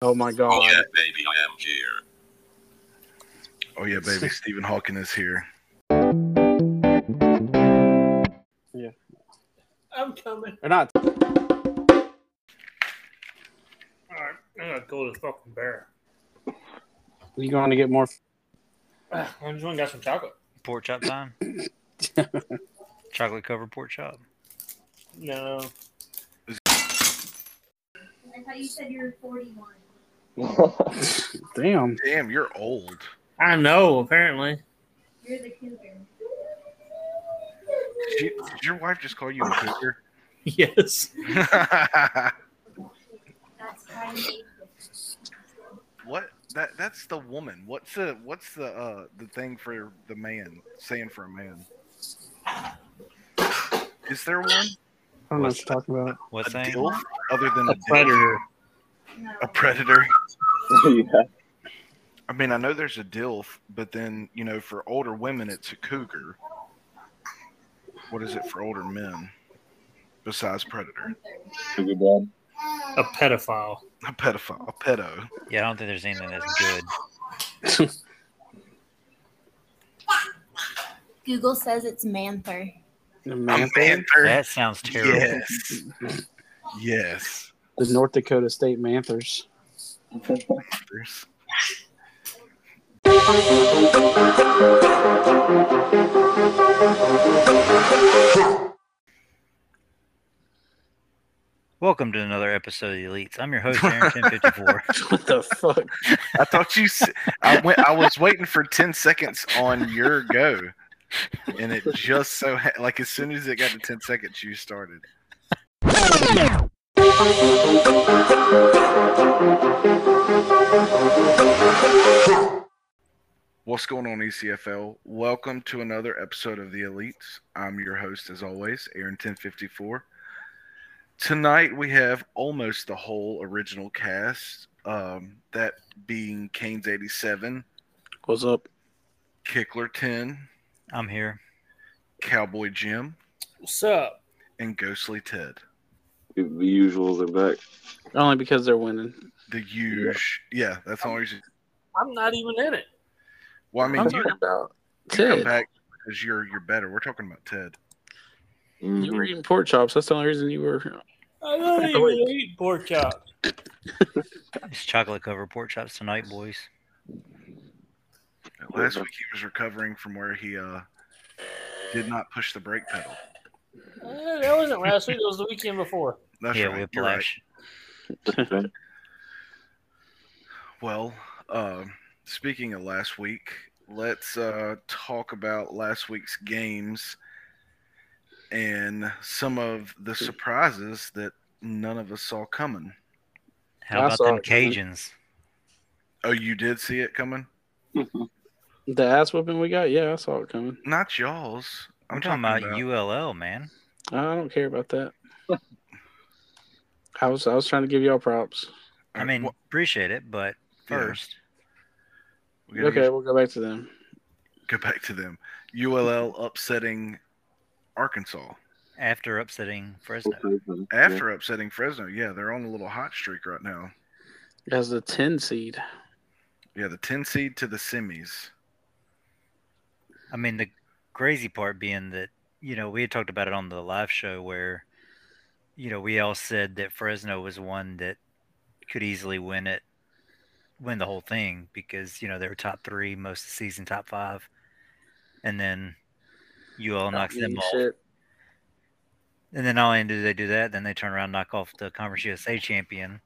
Oh my god. Oh yeah, baby, I am here. Oh yeah, baby, Stephen Hawking is here. I'm coming. Or not. All right, I'm gonna go to the fucking bear. You going to get more? Ah, I just went and got some chocolate. Pork chop time. Chocolate covered pork chop. No, I thought you said you were 41. Damn. Damn, you're old. I know. Apparently, You're the cougar. Did, you, did your wife just call you a cougar? yes. That's tiny. what? That that's the woman. What's the what's the uh the thing for the man saying for a man? Is there one? I don't know what you're talking about. What A thing? dilf other than a, dilf? Predator. No. A predator. yeah. I mean, I know there's a DILF, but then you know, for older women, it's a cougar. What is it for older men? Besides predator, Sugar dad. A pedophile. a pedophile, a pedo. Yeah, I don't think there's anything that's good. Google says it's manther. The A man- panther. That sounds terrible. Yes. Yes. the North Dakota State Manthers. There's- Welcome to another episode of the Elites. I'm your host, Aaron 1054. What the fuck? I thought you. s- I went. I was waiting for ten seconds on your go, and it just so ha- like as soon as it got to ten seconds, you started. What's going on, E ECFL? Welcome to another episode of the Elites. I'm your host, as always, Aaron ten fifty four. Tonight we have almost the whole original cast. Um, that being Kane's 87, What's up? Kickler 10, I'm here. Cowboy Jim, What's up? and Ghostly Ted. The usuals are back. Only because they're winning. The huge, yeah, that's the only reason. I'm not even in it. Well, I mean, I'm you, talking about you come Ted. back because you're you're better. We're talking about Ted. mm-hmm. You were eating pork chops. That's the only reason you were. I don't even eat pork chops. It's chocolate covered pork chops tonight, boys. Last week he was recovering from where he uh did not push the brake pedal. Eh, that wasn't last week. It was the weekend before. That's yeah, right. You're right. whiplash. Mhm. Well, um, speaking of last week, let's uh, talk about last week's games and some of the surprises that none of us saw coming. How I about saw them it coming. Cajuns? Oh, you did see it coming? The ass whooping we got? Yeah, I saw it coming. Not y'all's. I'm, I'm, talking, about, ULL, man. I don't care about that. I was I was trying to give y'all props. I mean, Well, appreciate it, but Yeah. first, we gotta Okay, we'll go back to them. Go back to them. ULL upsetting Arkansas after upsetting Fresno, after upsetting Fresno. Yeah, they're on a little hot streak right now. As the ten seed. Yeah, the 10 seed to the semis. I mean, the crazy part being that, you know, we had talked about it on the live show where, you know, we all said that Fresno was one that could easily win it, win the whole thing because, you know, they were top three most of the season, top five. And then UL knocks them Mean off. shit. And then not only do they do that, then they turn around and knock off the Conference USA champion.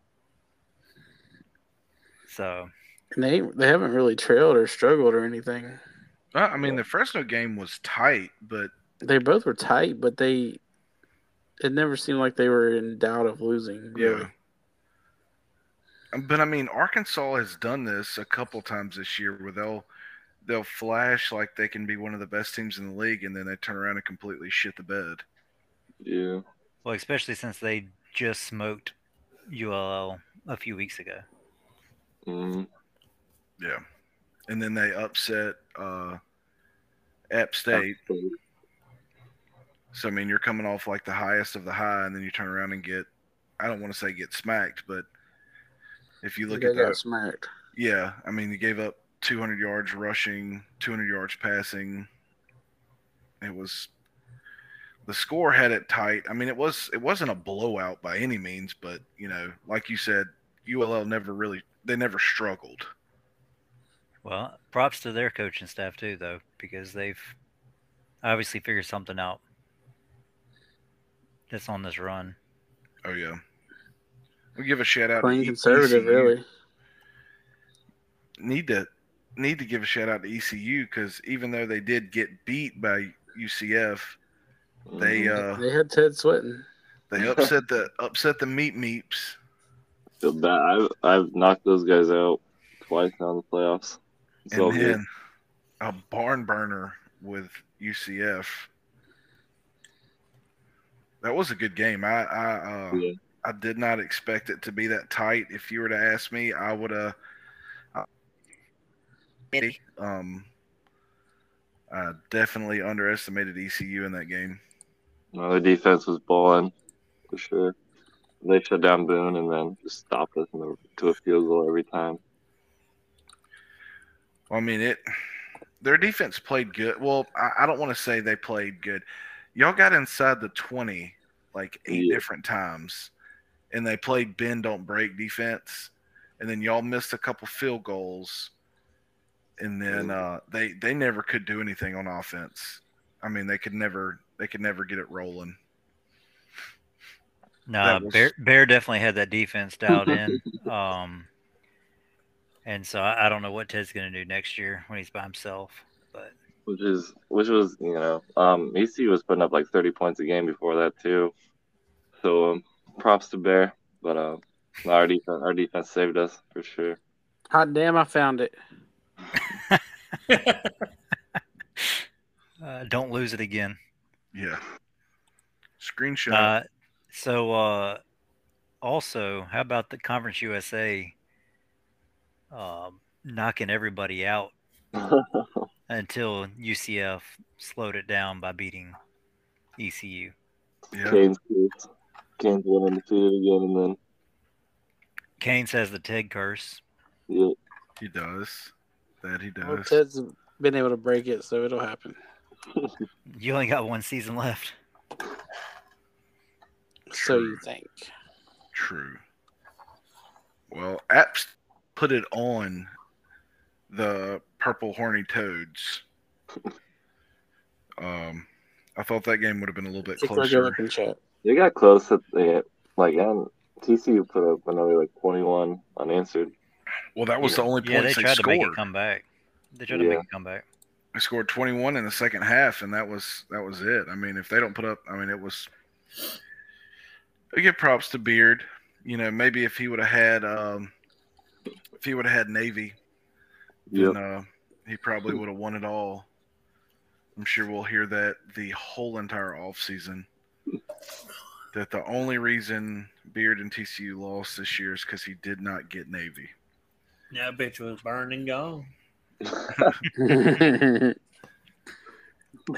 So, And they they haven't really trailed or struggled or anything. Well, Uh, I mean, the Fresno game was tight, but They both were tight, but they it never seemed like they were in doubt of losing. Yeah. really. Um, But I mean, Arkansas has done this a couple times this year where they'll they'll flash like they can be one of the best teams in the league, and then they turn around and completely shit the bed. Yeah. well, especially since they just smoked ULL a few weeks ago. Mhm. Yeah, and then they upset uh, App State. So I mean, you're coming off like the highest of the high, and then you turn around and get I don't want to say get smacked, but If you look they at got that, smacked. yeah, I mean, he gave up 200 yards rushing, 200 yards passing. It was the score had it tight. I mean, it was it wasn't a blowout by any means, but you know, like you said, ULL never really they never struggled. Well, props to their coaching staff too, though, because they've obviously figured something out that's on this run. Oh yeah, we give a shout out. to Playing E- conservative, ECU. really. Need to need to give a shout out to E ECU because even though they did get beat by UCF, they Mhm. uh They had Ted Swinton. they upset the upset the meat meeps. Feel bad. I've, I've knocked those guys out twice now in the playoffs. It's all and good. then a barn burner with UCF. That was a good game. I I uh, Yeah. I did not expect it to be that tight. If you were to ask me, I would uh, I- um, I definitely underestimated ECU in that game. No, their defense was balling for sure. They shut down Boone and then just stopped us in the, to a field goal every time. I mean it. Their defense played good. Well, I, I don't want to say they played good. Y'all got inside the twenty like eight Yeah. different times, and they played bend don't break defense, and then y'all missed a couple field goals, and then uh, they they never could do anything on offense. I mean they could never they could never get it rolling. Nah, was- Bear, Bear definitely had that defense dialed in. Um, and so I, I don't know what Ted's going to do next year when he's by himself. But which is which was you know um ECU was putting up like 30 points a game before that too so um, props to bear but um our defense our defense saved us for sure Hot damn, I found it. uh, don't lose it again. Yeah. Screenshot. Uh, so uh, also, how about the Conference USA um, knocking everybody out until UCF slowed it down by beating E ECU. yeah. Canes Canes Canes went undefeated again and then Kane says the Ted curse. yeah, He does. That he does. Well, Ted's been able to break it, so it'll happen. You only got one season left. So you think? True. Well, Apps put it on the purple horny toads. Um, I thought that game would have been a little bit Take a closer. look and check. they got close at the like and TCU put up another like 21 unanswered Well, that was the only Yeah, they points they tried to make scored. it come back. They tried to Yeah. make it come back. They scored 21 in the second half, and that was that was it. I mean, if they don't put up, I mean, it was. I give props to Beard. You know, maybe if he would have had, um, if he would have had Navy, yeah then uh, he probably would have won it all. I'm sure we'll hear that the whole entire offseason. That the only reason Beard and TCU lost this year is because he did not get Navy. That bitch was burned and gone. Have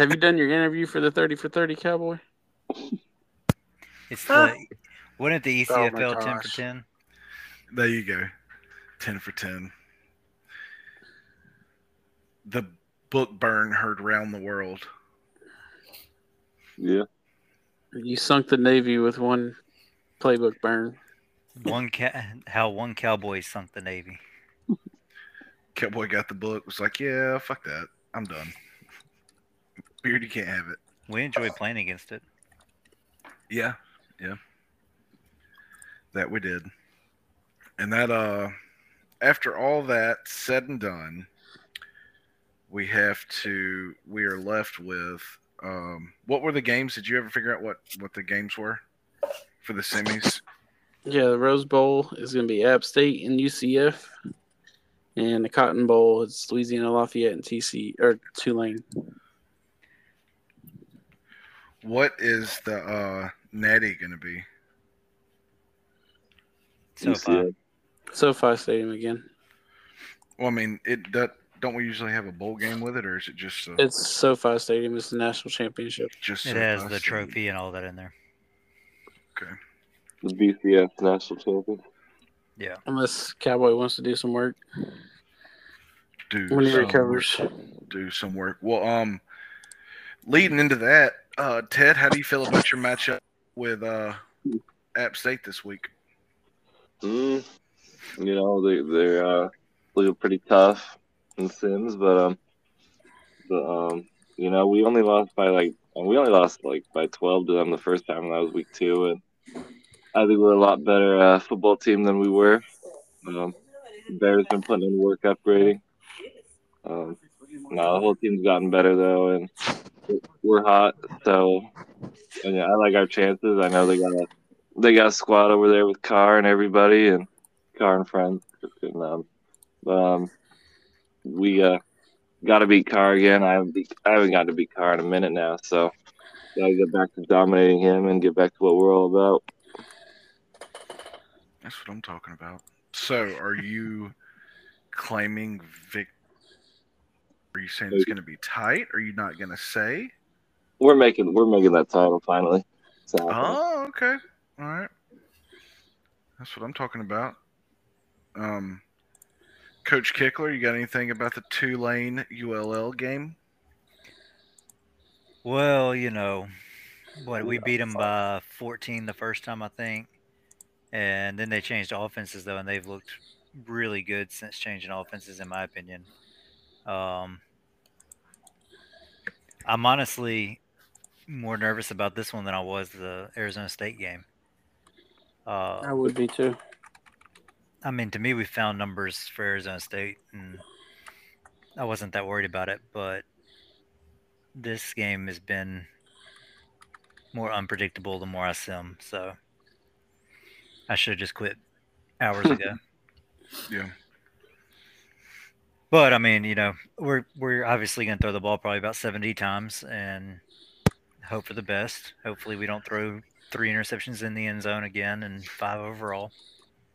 you done your interview for the thirty for thirty cowboy? It's Ah. the wasn't it the E Oh my ECFL ten for gosh. ten? There you go. 10 for 10. The book burn heard round the world. yeah You sunk the navy with one playbook burn. One ca- how one cowboy sunk the navy. Cowboy got the book, was like, yeah, fuck that. I'm done. Beard, you can't have it. We enjoy playing against it. Yeah, yeah. That we did. And that uh after all that said and done, we have to we are left with um what were the games? Did you ever figure out what what the games were for the semis? Yeah, the Rose Bowl is going to be App State and UCF, and the Cotton Bowl is Louisiana Lafayette and TC or Tulane. What is the uh natty gonna be? E E So far. UCF. SoFi Stadium again. Well, I mean, it that don't we usually have a bowl game with it, or is it just uh, It's SoFi Stadium. It's the national championship. just It so has the fast? trophy and all that in there. the BCS national champion Yeah. Unless Cowboy wants to do some work Do when he some- recovers. do some work. Well, um, leading into that, uh, Ted, how do you feel about your matchup with uh, App State this week? Mm, you know, they they're uh, looking pretty tough in Sims, but um, but um, you know, we only lost by like we only lost like by twelve to them the first time, and that was week two, and I think we're a lot better uh, football team than we were. Um, Bears been putting in work upgrading. Um, no, the whole team's gotten better though, and we're hot. So, and yeah, I like our chances. I know they got a they got a squad over there with Carr and everybody, and Carr and friends. And, um, um, we uh, got to beat Carr again. I haven't beat, I haven't got to beat Carr in a minute now, so got to get back to dominating him and get back to what we're all about. That's what I'm talking about. So, are you claiming victory? Are you saying it's going to be tight? Are you not going to say? We're making we're making that title finally. So Oh, okay. All right. That's what I'm talking about. Um, Coach Kickler, you got anything about the two lane ULL game? Well, you know, what we beat them by 14 the first time, I think, and then they changed offenses though, and they've looked really good since changing offenses, in my opinion. Um, I'm honestly more nervous about this one than I was the Arizona State game. Uh, I would be too. I mean, to me, we found numbers for Arizona State, and I wasn't that worried about it. But this game has been more unpredictable the more I sim, so I should have just quit hours ago. Yeah. But I mean, you know, we're we're obviously going to throw the ball probably about seventy times and hope for the best. Hopefully, we don't throw three interceptions in the end zone again and five overall.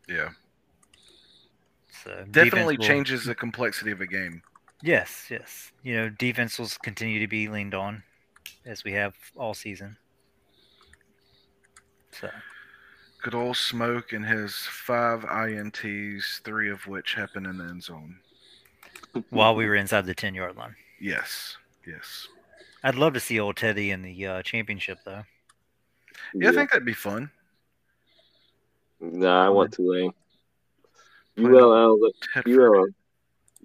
Yeah. So defense Definitely will- changes the complexity of a game. Yes, yes. You know, defense will continue to be leaned on as we have all season. So, Good old Smoke and his five INTs, three of which happen in the end zone. while we were inside the 10 yard line, Yes. Yes. I'd love to see old Teddy in the uh, championship, though. Yeah, I think that'd be fun. Nah, I want Tulane. Fine. ULL, the Tedford.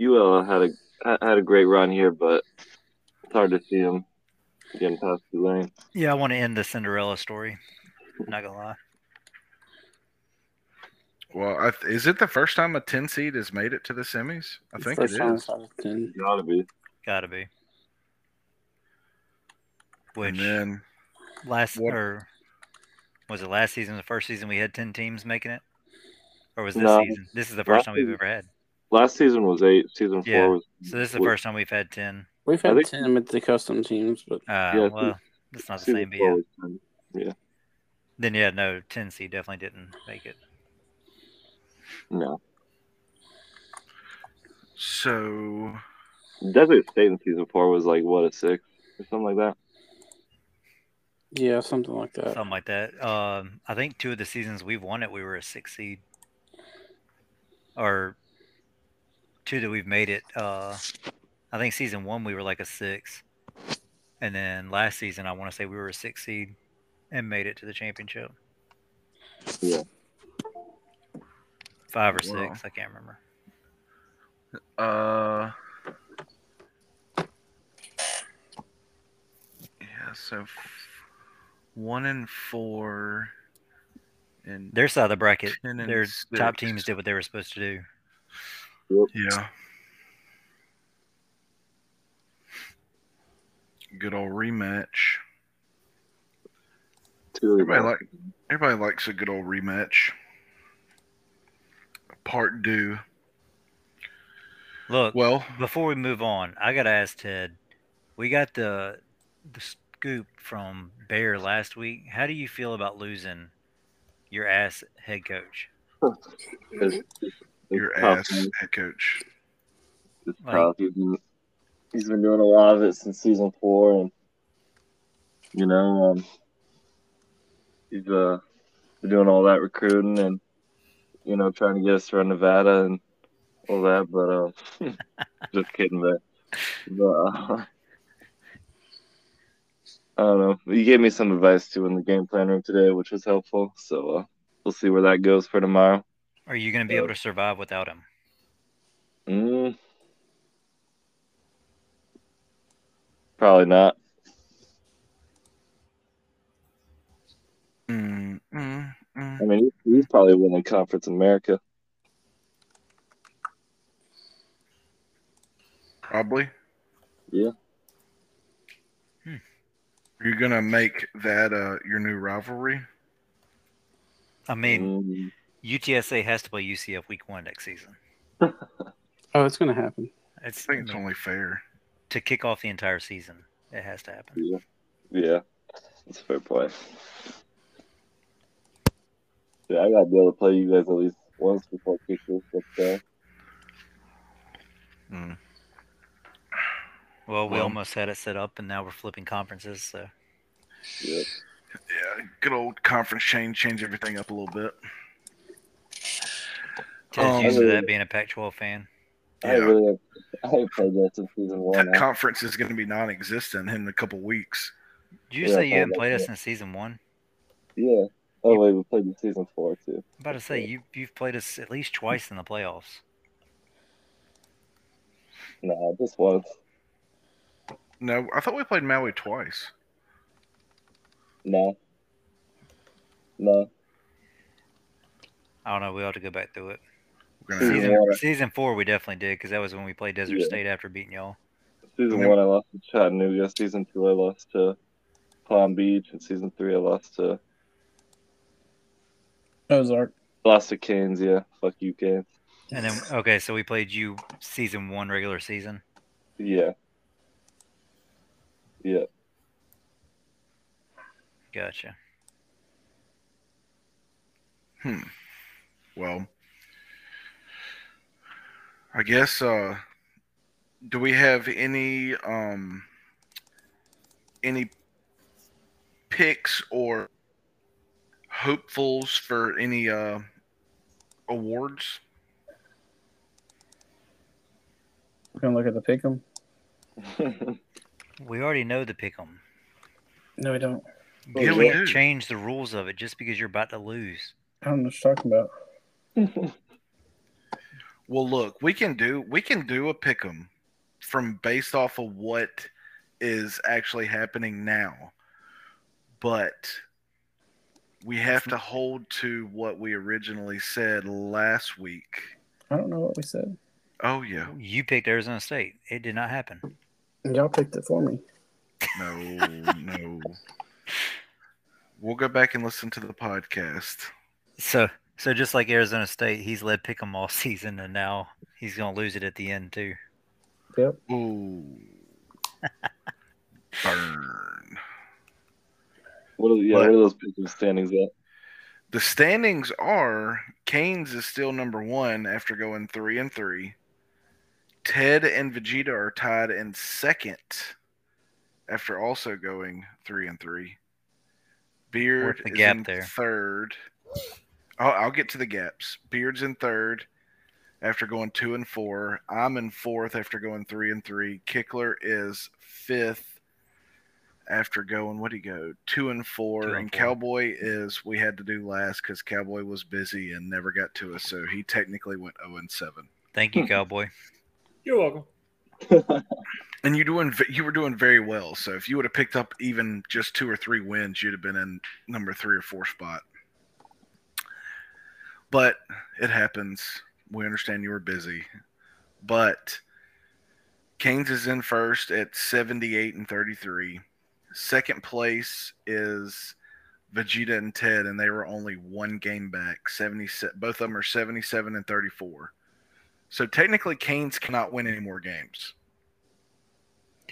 UL, UL had a ha- had a great run here, but it's hard to see him getting past Tulane. Yeah, I want to end the Cinderella story. Not gonna lie. Well, I th- is it the first time a 10 seed has made it to the semis? I think it First time is. I saw it, then Gotta be. Gotta be. Which And then last what- or was it last season? The first season we had 10 teams making it, or was this No. season? This is the first Last time we've season- ever had. Last season was eight. Season four Yeah. was So this is the Well- first time we've had 10. We've I had think- ten at the custom teams, but Uh, Yeah, well, that's not the season same. But four yeah. was ten. Then yeah, no, Tennessee definitely didn't make it. No, so Desert State in season four was like what a six or something like that. yeah, something like Uh. that. Something like that. Um, I think two of the seasons we've won it, we were a six seed, or two that we've made it. Uh, I think season one we were like a six, and then last season I want to say we were a six seed and made it to the championship. Yeah. Five or Wow. six, I can't remember. Uh, yeah, so f- one and four, and Their side of the bracket, ten and their top six. teams did what they were supposed to do. Yeah. Good old rematch. Two Everybody like everybody likes a good old rematch. Part due. Look, Well, before we move on, I gotta ask Ted. We got the the scoop from Bear last week. How do you feel about losing your ass head coach? It's- it's your tough, ass man. head coach. It's Like- tough. He's been, he's been doing a lot of it since season four, and you know, um, he's uh, been doing all that recruiting, and you know, trying to get us around Nevada and all that. But um, just kidding, man. But uh, I don't know. You gave me some advice too in the game plan room today, which was helpful. So uh, we'll see where that goes for tomorrow. Are you going to be able to survive without him? Mm. Probably not. Mm, mm, mm. I mean, he- he's probably winning Conference America. Probably. Yeah. Hmm. You're gonna make that uh your new rivalry. I Mm. mean, UTSA has to play UCF week one next season. Oh, it's gonna happen. It's I think it's only fair. to kick off the entire season. It has to happen. Yeah. Yeah. That's a fair point. Yeah, I gotta be able to play you guys at least once before Christmas. That's uh, Well, we Um, Well- almost had it set up, and now we're flipping conferences. So yeah. Yeah, good old conference change, change everything up a little bit. Ted's Um, used to that being a Pac-12 fan. I Yeah. really I haven't played that since season That one. I- conference is gonna be non existent in a couple weeks. Did you Yeah, say you I haven't like played us that. in season one? yeah. Oh wait, we played in season four too. I'm about to say you you've played us at least twice in the playoffs. Nah, just once. No, I thought we played Maui twice. No. No. I don't know. We ought to go back through it. We're gonna have, Season, Yeah. season four, we definitely did because that was when we played Desert Yeah. State after beating y'all. Season Yeah. one I lost to Chattanooga. Season two I lost to Palm Beach, and season three I lost to Ozark. lost to Canes. Yeah, fuck you, Canes. And then okay, so we played you season one regular season. Yeah. Yeah. Gotcha. well I guess uh do we have any um any picks or hopefuls for any uh awards? We're gonna look at the pick'em. We already know the pick 'em. No, we don't. You Yeah, can't we do. change the rules of it just because you're about to lose. I don't know what you're talking about. Well, look, we can do we can do a pick 'em from based off of what is actually happening now, but we have to hold to what we originally said last week. I don't know what we said. Oh yeah, You picked Arizona State. It did not happen. Y'all picked it for me. no, no. We'll go back and listen to the podcast. So so just like Arizona State, he's led Pick'em all season and now he's gonna lose it at the end too. Yep. Ooh, burn. What are, yeah, But- what are those picking standings at? The standings are Canes is still number one after going three and three. Ted and Vegeta are tied in second after also going three and three. Beard the is gap in there? third. I'll, I'll get to the gaps. Beard's in third after going two and four. I'm in fourth after going three and three. Kickler is fifth after going what do you go two and four Two and and four. cowboy is we had to do last because cowboy was busy and never got to us so he technically went 0 and 7 Thank you, cowboy. You're welcome. and you doing v- you were doing very well so if you would have picked up even just two or three wins you'd have been in number three or four spot but it happens we understand you were busy but Canes is in first at 78 and 33 second place is Vegeta and Ted and they were only one game back 70 both of them are 77 and 34 so technically Canes cannot win any more games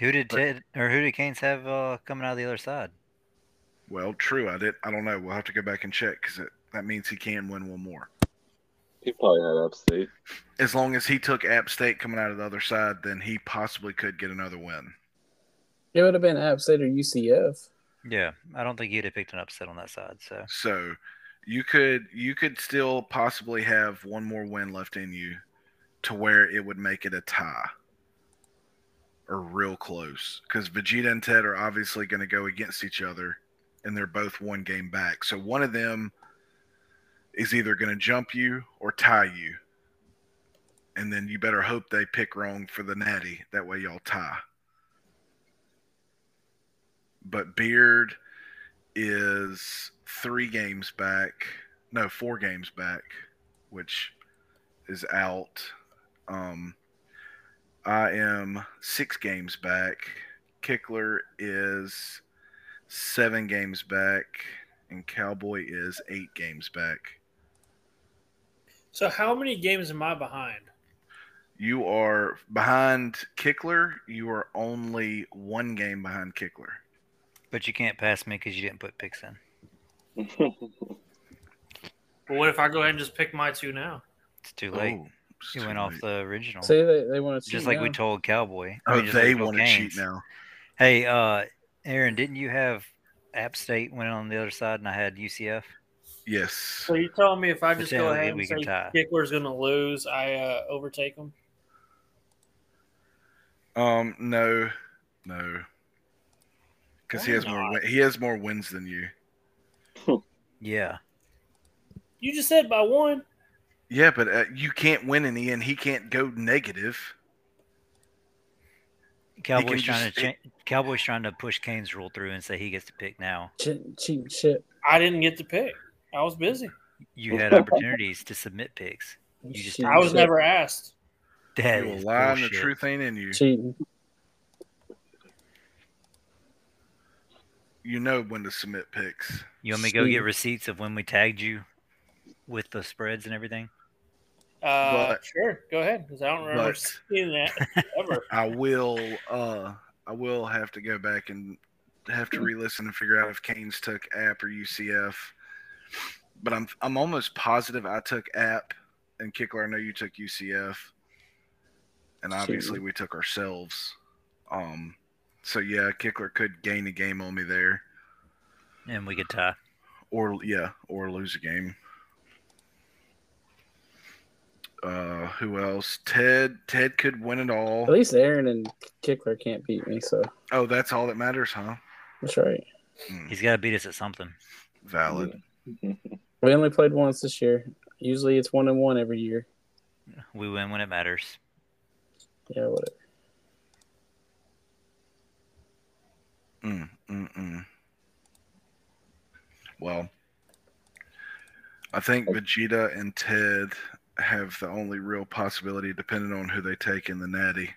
Who did But- Ted or who did Canes have uh, coming out of the other side? Well, true. I did. I don't know. We'll have to go back and check because that means he can win one more. He probably had upstate. As long as he took App State coming out of the other side, then he possibly could get another win. It would have been App State or UCF. Yeah. I don't think you'd have picked an upset on that side, so So you could you could still possibly have one more win left in you to where it would make it a tie or real close because Vegeta and Ted are obviously going to go against each other and they're both one game back. So one of them is either going to jump you or tie you. And then you better hope they pick wrong for the natty. That way y'all tie. But Beard is three games back. No, four games back, which is out. Um, I am six games back. Kickler is seven games back, and Cowboy is eight games back. So how many games am I behind? You are behind Kickler. You are only one game behind Kickler. But you can't pass me because you didn't put picks in. Well, what if I go ahead and just pick my two now? It's too late. Oh, it's you too went off late. the original. See, they, they want to just like we told Cowboy. I Oh, mean, just like they we told want to cheat Canes. now. Hey, uh, Aaron, didn't you have App State went on the other side and I had UCF? Yes. So you're telling me if I just go Potentially ahead and we say can tie. Kickler's going to lose, I uh, overtake him? Um. No. No. Because he Why has more. not? win- He has more wins than you. Yeah. You just said by one. Yeah, but uh, you can't win any, and he can't go negative. Cowboy's trying just- to cha- Cowboys trying to push Kane's rule through and say he gets to pick now. cheat, cheating shit. I didn't get to pick. I was busy. You had opportunities to submit picks. You just- Cheating I was shit. never asked. That you will is lie, and the bullshit. truth ain't in you. cheating. You know when to submit picks. You want me to go get Steve. receipts of when we tagged you with the spreads and everything? Uh, But- sure, go ahead because I don't remember But- seeing that ever. I will. Uh, I will have to go back and have to re-listen and figure out if Canes took App or UCF. But I'm I'm almost positive I took App and Kickler. I know you took UCF, and obviously we took ourselves. Um, so yeah, Kickler could gain a game on me there, And we could tie. or yeah, or lose a game. Uh, who else? Ted. Ted could win it all. At least Aaron and Kickler can't beat me, so Oh, that's all that matters, huh? that's right. He's got to beat us at something. Valid. We only played once this year. Usually it's one and one every year. We win when it matters. Yeah, whatever. Mm, mm, mm. Well, I think Vegeta and Ted have the only real possibility, depending on who they take in the Natty.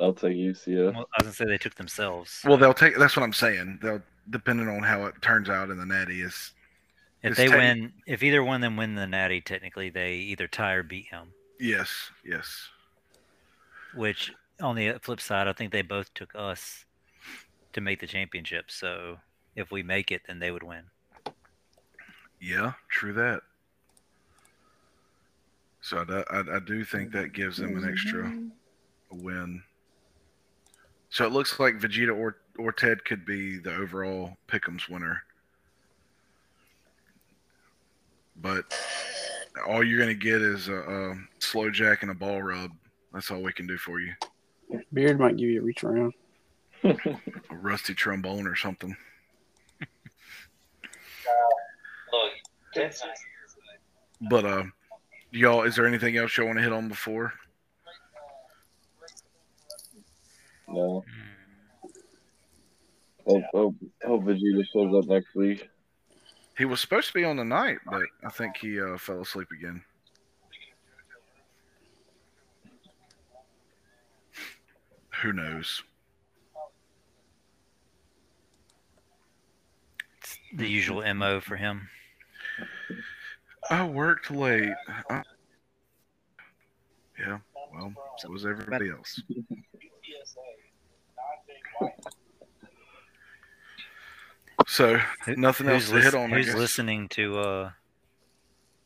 I'll take UCF. Well, I was gonna say they took themselves. Well, they'll take. That's what I'm saying. They'll depending on how it turns out in the Natty is. If it's they techni- win, if either one of them win the natty, technically they either tie or beat him. Yes, yes. Which on the flip side, I think they both took us to make the championship. So if we make it, then they would win. Yeah, true that. So I, do- I, I do think that gives them an extra win. So it looks like Vegeta or, or Ted could be the overall Pick'ems winner. But all you're going to get is a, a slow jack and a ball rub. That's all we can do for you. Beard might give you a reach around. A rusty trombone or something. But uh, y'all, is there anything else y'all want to hit on before? No. Hope, hope, hope Vegeta shows up next week. He was supposed to be on the night, but I think he uh, fell asleep again. Who knows? It's Mm-hmm. the usual mo for him. I worked late. I- Yeah, well, so was everybody else. So Who- nothing else who's to lis- hit on. I Who's guess. listening to? uh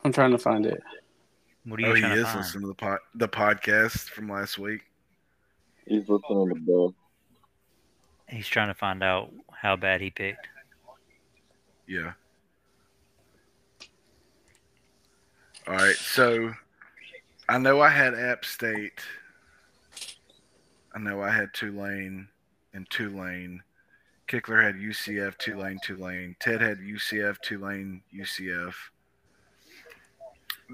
I'm trying to find it. What are you Oh, he trying to is find? listening to the pod, the podcast from last week. He's listening to both. He's trying to find out how bad he picked. Yeah. All right, so I know I had App State. I know I had Tulane and Tulane. Kickler had UCF, Tulane, Tulane. Ted had UCF, Tulane, UCF.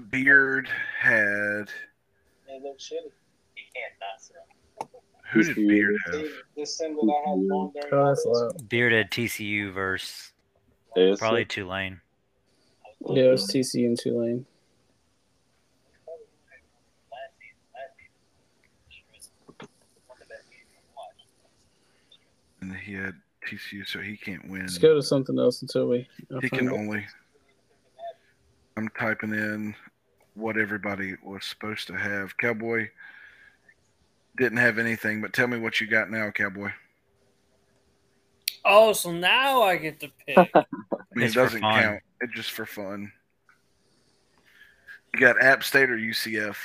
Beard had. They look shitty. You can't not say. Who did Beard have? This single that has long during Oh, that's loud. Bearded TCU versus ASU. probably Tulane. Yeah, it was TC and Tulane. And he had TCU, so he can't win. Let's go to something else until we. I'll He find can it. only. I'm typing in what everybody was supposed to have. Cowboy didn't have anything, but tell me what you got now, Cowboy. Oh, so now I get to pick. I mean, it It's for doesn't fun. count. It's just for fun. You got App State or UCF?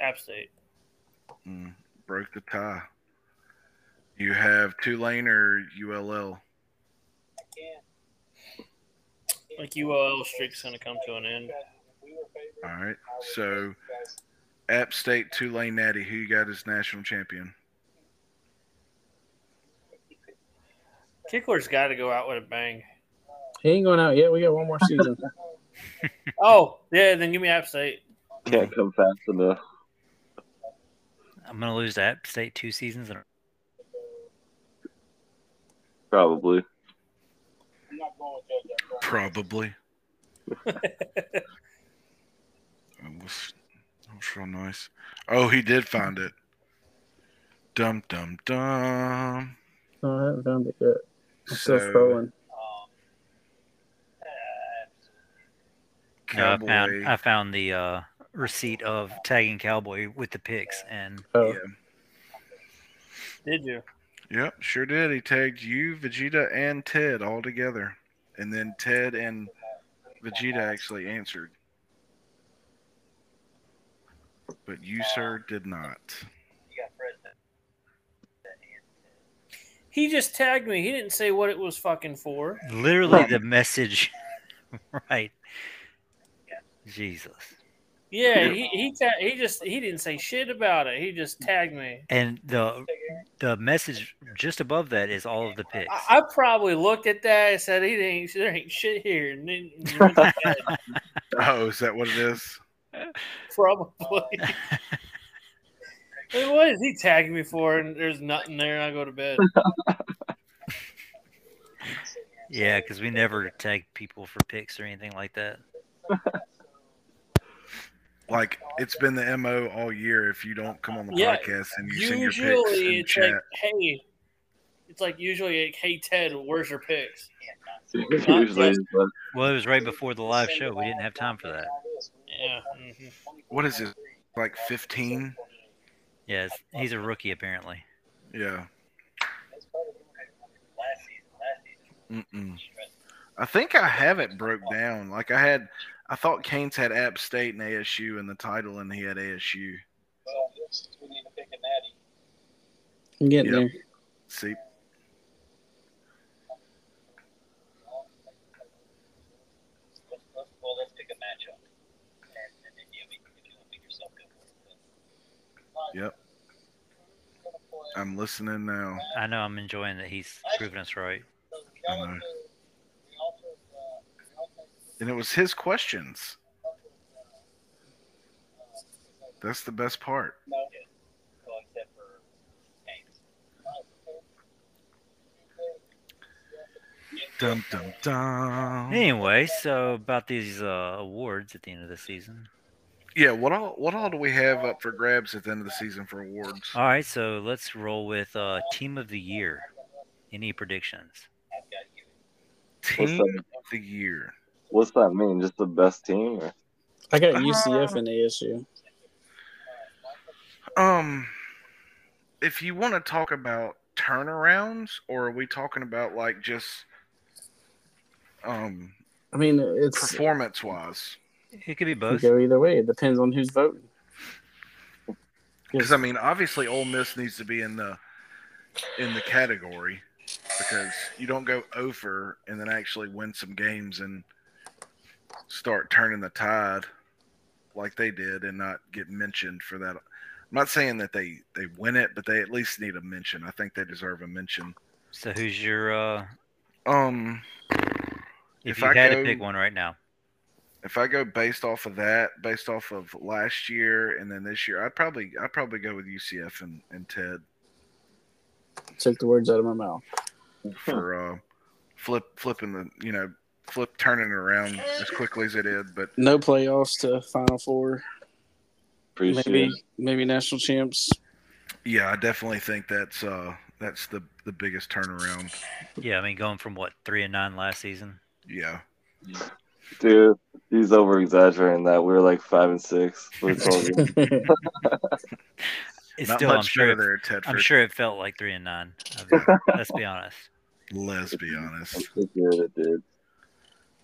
App State. Mm, broke the tie. You have Tulane or ULL? Like UOL streak's gonna come to an end. All right. So, App State, Tulane, Natty. Who you got as national champion? Kickler's got to go out with a bang. He ain't going out yet. We got one more season. Oh yeah, then give me App State. Can't come fast enough. I'm gonna lose to App State two seasons. In a- Probably. I'm not going with Judge. I'm going Probably. It was, it was real nice. Oh, he did find it. Dum dum dum. no, I haven't found it yet. I'm still So, scrolling. um, uh, No, I Cowboy. found Oh, I found the uh, receipt of tagging Cowboy with the picks, and Uh, Oh, yeah. Did you? Yep, sure did. He tagged you, Vegeta, and Ted all together. And then Ted and Vegeta actually answered. But you, sir, did not. you got Fresno. He just tagged me. He didn't say what it was fucking for. literally the message, right? Jesus. Yeah, he he, ta- he just he didn't say shit about it. He just tagged me. And the the message just above that is all of the picks. I, I probably looked at that and said, "He ain't there ain't shit here." And then and went to bed. Oh, is that what it is? probably. Hey, what is he tagging me for? And there's nothing there. And I go to bed. Yeah, because we never tag people for picks or anything like that. Like, it's been the MO all year if you don't come on the Yeah, podcast and you send your picks Usually, in it's chat. like, "Hey." It's like usually, like, hey Ted, where's your picks? Usually, but Well, it was right before the live show. We didn't have time for that. Yeah, mhm. What is this, like 15? Yes, he's a rookie apparently. Yeah. Last season, last Mm-mm. season, I think I have it broke down. Like, I had, I thought Canes had App State and ASU in the title, and he had ASU. well, we need to pick a natty. I'm getting Yep. See, Let's, let's, well, let's pick a matchup. And, and then yeah, we, if you want to make yourself good for it. Yep. I'm listening now. I know I'm enjoying that he's proving us right. I know. And it was his questions. That's the best part. No. Well, except for Hanks. Dum dum dum. Anyway, so about these uh, awards at the end of the season. Yeah, what all what all do we have up for grabs at the end of the season for awards? All right, so let's roll with uh, team of the year. Any predictions? Team that? of the year. what's that mean? Just the best team? Or? I got UCF and ASU. Um, if you want to talk about turnarounds, or are we talking about like just um I mean, it's performance wise? It could be it both. go either way. It depends on who's voting. Because I mean, obviously, Ole Miss needs to be in the in the category. because you don't go over and then actually win some games and start turning the tide like they did and not get mentioned for that. I'm not saying that they they win it, but they at least need a mention. I think they deserve a mention. So who's your? uh Um, If, If you I had go- to pick one right now, if I go based off of that, based off of last year and then this year, I'd probably I'd probably go with UCF and, and Ted Take the words out of my mouth. for uh, flip flipping the you know flip turning it around as quickly as they did. But No playoffs to Final Four. Appreciate Maybe it. maybe national champs. yeah, I definitely think that's uh that's the the biggest turnaround. yeah, I mean, going from what three and nine last season. Yeah, Dude, he's over exaggerating that. We were like five and six. We We're told you. It's not still, much I'm sure. better It, there, Ted. I'm for- sure it felt like three and nine. I- Let's be honest. Let's be honest. It did, it did.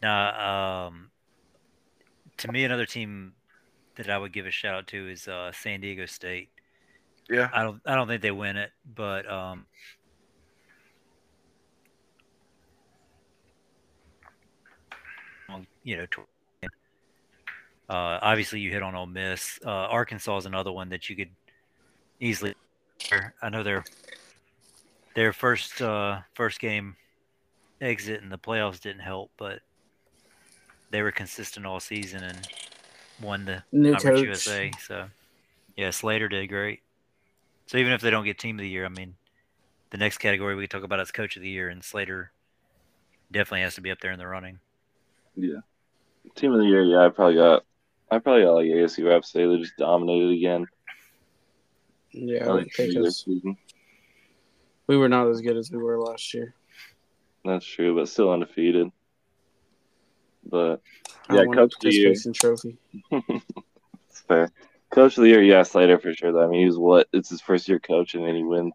Now, um, to me, another team that I would give a shout out to is uh, San Diego State. Yeah, I don't, I don't think they win it, but um, well, you know, tw- uh, obviously you hit on Ole Miss. Uh, Arkansas is another one that you could easily. I know their their first uh, first game exit in the playoffs didn't help, but they were consistent all season and won the New Conference coach. USA. So, yeah, Slater did great. So even if they don't get Team of the Year, I mean, the next category we could talk about is Coach of the Year, and Slater definitely has to be up there in the running. Team of the year, yeah, I probably got I probably got like ASU Rap say they just dominated again. Yeah, That was true this because season. we were not as good as we were last year. That's true, but still undefeated. But I Yeah, won Coach of the the Year. Mason Trophy. it's fair. Coach of the year, yeah, Slater for sure. I mean, he's what? It's his first year coach, and then he wins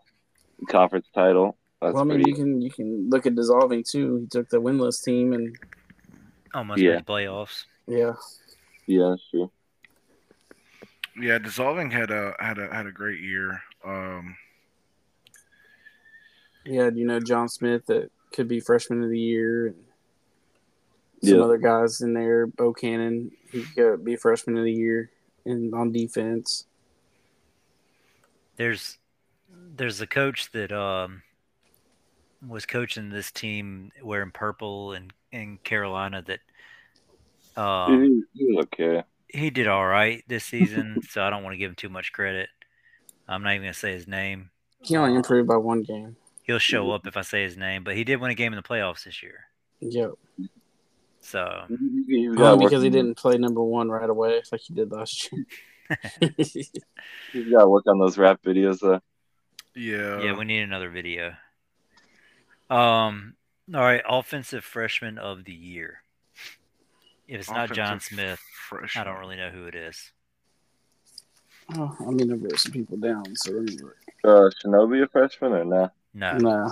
the conference title. That's well, I mean, pretty. you can you can look at dissolving too. He took the winless team, and Almost Yeah. made the playoffs. yeah, Yeah, that's true. yeah. Dissolving had a had a had a great year. Um, he had you know John Smith that could be freshman of the year, and some Yeah. other guys in there. Bo Cannon, he could be freshman of the year, and on defense, There's there's a coach that um, was coaching this team wearing purple in, in Carolina that um, Dude, he- he's okay. he did all right this season, so I don't want to give him too much credit. I'm not even gonna say his name. he only improved by one game. He'll show up if I say his name, but he did win a game in the playoffs this year. Yeah, So He- he's got only because he work- didn't play number one right away like he did last year. He's got to work on those rap videos though. yeah, yeah, we need another video. Um, all right, offensive freshman of the year. If it's not John offensive Smith, I freshman. don't really know who it is. oh, I mean, I wrote some people down, so let me look. Uh, Shinobi a freshman or nah? No, No,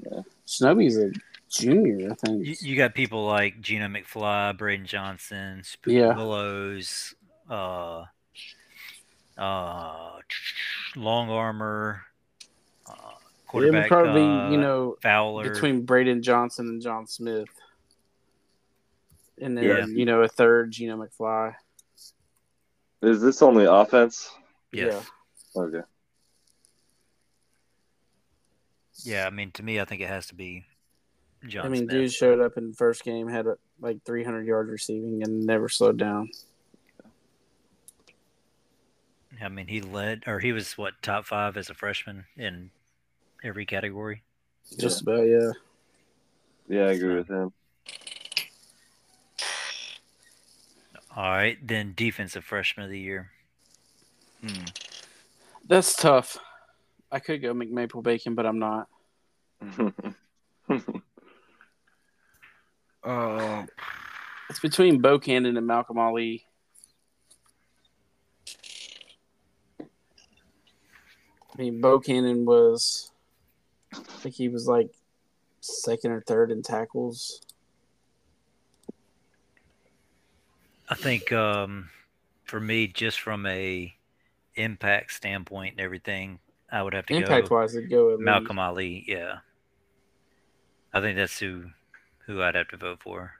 Yeah. Snobby's a junior, I think. you, you got people like Gina McFly, Braden Johnson, Spook Yeah. Willows, uh, uh, Long Armor, uh, it quarterback, would probably uh, you know Fowler. between Braden Johnson and John Smith. And then, Yeah. you know, a third, Gino McFly. Is this only offense? yes. Okay. yeah. I mean, to me, I think it has to be John. I mean, Smith. dude showed up in the first game, had uh, like 300 yards receiving and never slowed down. I mean, he led, or he was what top five as a freshman in every category. Just about, yeah. Yeah, I agree with him. All right, then defensive freshman of the year. Hmm. That's tough. I could go McMaple Bacon, but I'm not. Uh, It's between Bo Cannon and Malcolm Ali. I mean, Bo Cannon was, I think he was like second or third in tackles. I think um, for me, just from a impact standpoint and everything, I would have to Impact go wise, it'd go with Malcolm. Malcolm Ali. Yeah, I think that's who who I'd have to vote for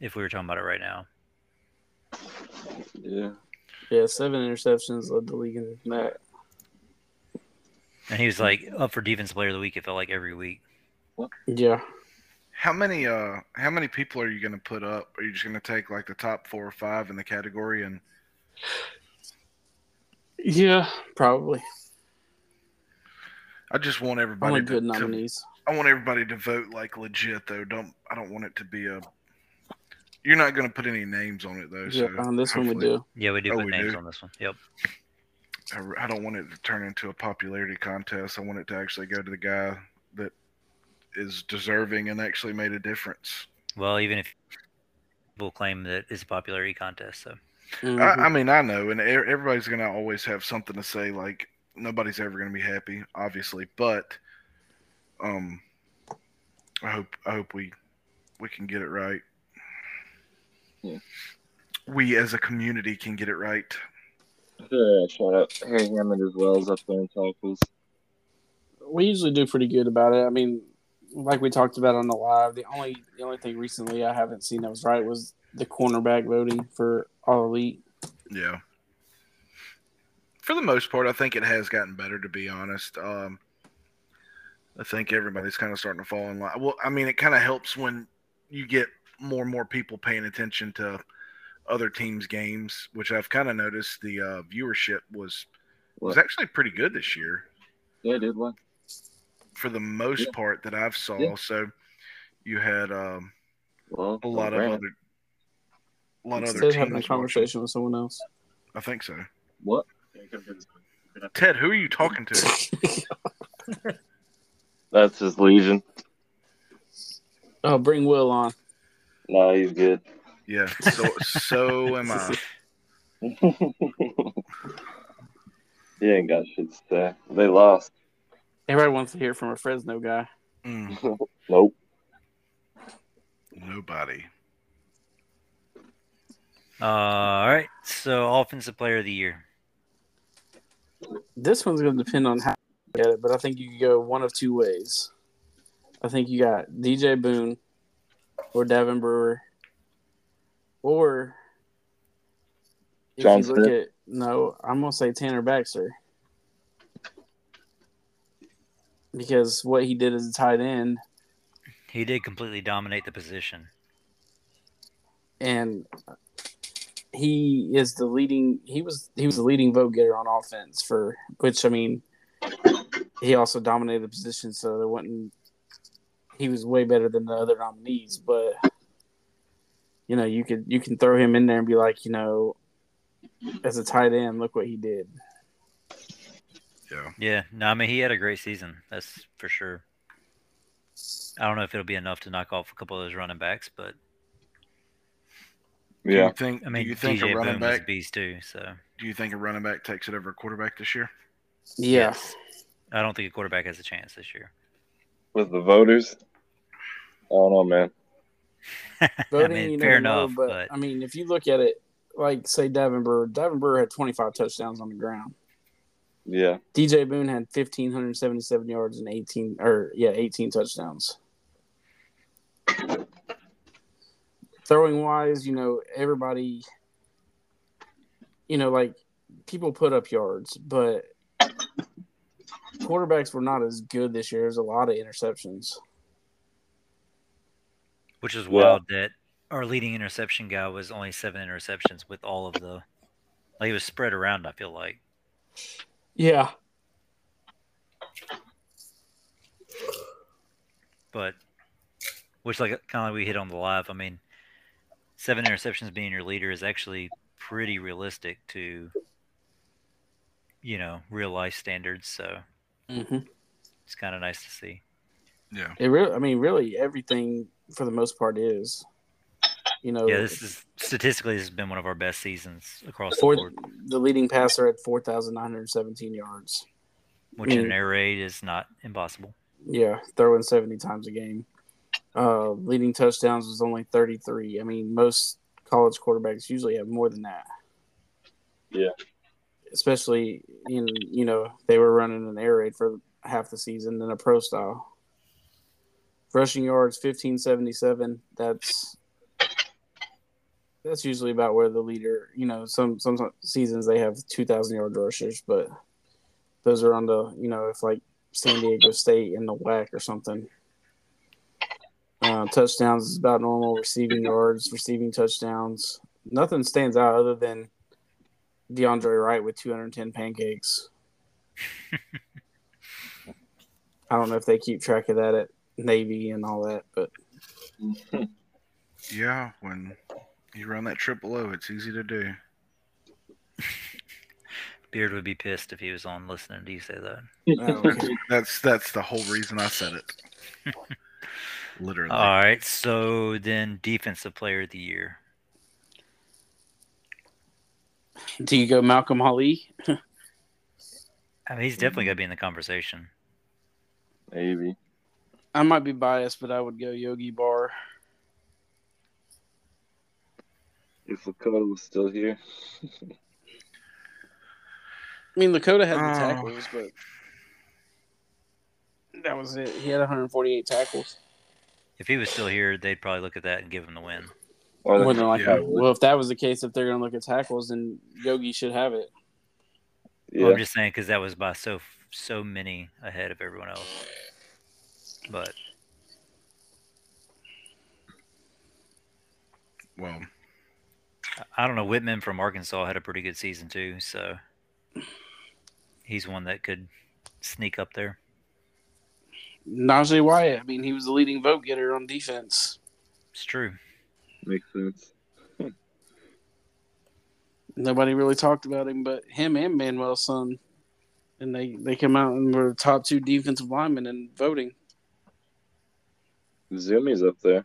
if we were talking about it right now. Yeah. Yeah, seven interceptions led the league in that. And he was Hmm. like up for defense player of the week. It felt like every week. Yeah. How many uh how many people are you gonna put up? Are you just gonna take like the top four or five in the category and Yeah, probably. I just want Only everybody to, good to nominees. I want everybody to vote like legit though. Don't I don't want it to be a you're not gonna put any names on it though, Yeah, so on this one we hopefully- do. Yeah, we do Oh, put we names do? on this one. Yep. I, I don't want it to turn into a popularity contest. I want it to actually go to the guy that is deserving and actually made a difference. Well, even if people claim that it's a popularity contest, so Mhm. I, I mean, I know, and e- everybody's going to always have something to say. Like nobody's ever going to be happy, obviously, but um, I hope I hope we we can get it right. Yeah. We as a community can get it right. Sure, shout out Harry Hammond as well as up there in tackles. we usually do pretty good about it. I mean, like we talked about on the live, the only the only thing recently I haven't seen that was right was the cornerback voting for all elite. Yeah. For the most part, I think it has gotten better. To be honest, um, I think everybody's kind of starting to fall in line. Well, I mean, it kind of helps when you get more and more people paying attention to other teams' games, which I've kind of noticed the uh, viewership was was What? actually pretty good this year Yeah, dude, what? for the most Yeah. part that I've saw. Yeah. Oh, So you had um, Well, a lot of Grant. other a lot of other Instead having a teams. watching. conversation with someone else. I think so. What? Ted, who are you talking to? That's his legion. Oh, bring Will on. No, he's good. Yeah, so so am I. he ain't got shit to say. They lost. Everybody wants to hear from a Fresno guy. Mm, Nope. nobody. uh, all right. So offensive player of the year. This one's going to depend on how you get it, but I think you could go one of two ways. I think you got DJ Boone or Devin Brewer or if John you look at no, I'm going to say Tanner Baxter because what he did as a tight end He did completely dominate the position. and he is the leading he was he was the leading vote getter on offense for which I mean he also dominated the position so there wasn't he was way better than the other nominees but you know you could you can throw him in there and be like you know as a tight end look what he did Yeah, Yeah. No, I mean he had a great season. That's for sure. I don't know if it'll be enough to knock off a couple of those running backs, but Do Yeah. you think? I mean do you think DJ a running Boone was a back? beast too. So Do you think a running back takes it over a quarterback this year? yeah I don't think a quarterback has a chance this year. With the voters. I don't know, man. voting I mean, you never fair know, enough, but, but I mean if you look at it like say Devin Brewer Devin Brewer had 25 touchdowns on the ground Yeah. DJ Boone had 1577 yards and 18 or yeah, 18 touchdowns. Throwing wise, you know, everybody you know, like people put up yards, but quarterbacks were not as good this year. There's a lot of interceptions. Which is Yeah. wild that our leading interception guy was only seven interceptions with all of the. Like he was spread around. I feel like Yeah. but which like kind of like we hit on the live. I mean, seven interceptions being your leader is actually pretty realistic to you know real life standards. So Mm-hmm. it's kind of nice to see. Yeah. It really I mean really everything for the most part is you know Yeah, this is statistically this has been one of our best seasons across the fourth, board, the leading passer at 4917 yards. which in Mm. an air raid is not impossible. Yeah, throwing 70 times a game. Uh, leading touchdowns was only 33. I mean, most college quarterbacks usually have more than that. Yeah. Especially in, you know, they were running an air raid for half the season than a pro style. Rushing yards, fifteen seventy seven. That's that's usually about where the leader. You know, some some seasons they have two thousand yard rushers, but those are on the you know if like San Diego State in the WAC or something. Uh, touchdowns is about normal. Receiving yards, receiving touchdowns. Nothing stands out other than DeAndre Wright with 210 pancakes. I don't know if they keep track of that at Navy and all that, but Yeah, when you run that triple O, it's easy to do. Beard would be pissed if he was on listening Do you say that. I don't care. That's that's the whole reason I said it. Literally. All right, so then defensive player of the year. do you go Malcolm Ali? I mean, he's definitely got to be in the conversation. Maybe. I might be biased, but I would go Yogi Bar. If Lakota was still here. I mean, Lakota had Oh. the tackles, but that was it. He had 148 tackles. If he was still here, they'd probably look at that and give him the win. Or More than likely. yeah. Well, if that was the case, if they're going to look at tackles, then Yogi should have it. I'm yeah. um, just saying because that was by so so many ahead of everyone else. But Well, I don't know. Whitman from Arkansas had a pretty good season too, so he's one that could sneak up there. Najee Wyatt. I mean, he was the leading vote getter on defense. It's true. Makes sense. Nobody really talked about him, but him and Manuel Son, and they they come out and were the top two defensive linemen in voting. Zumi's up there.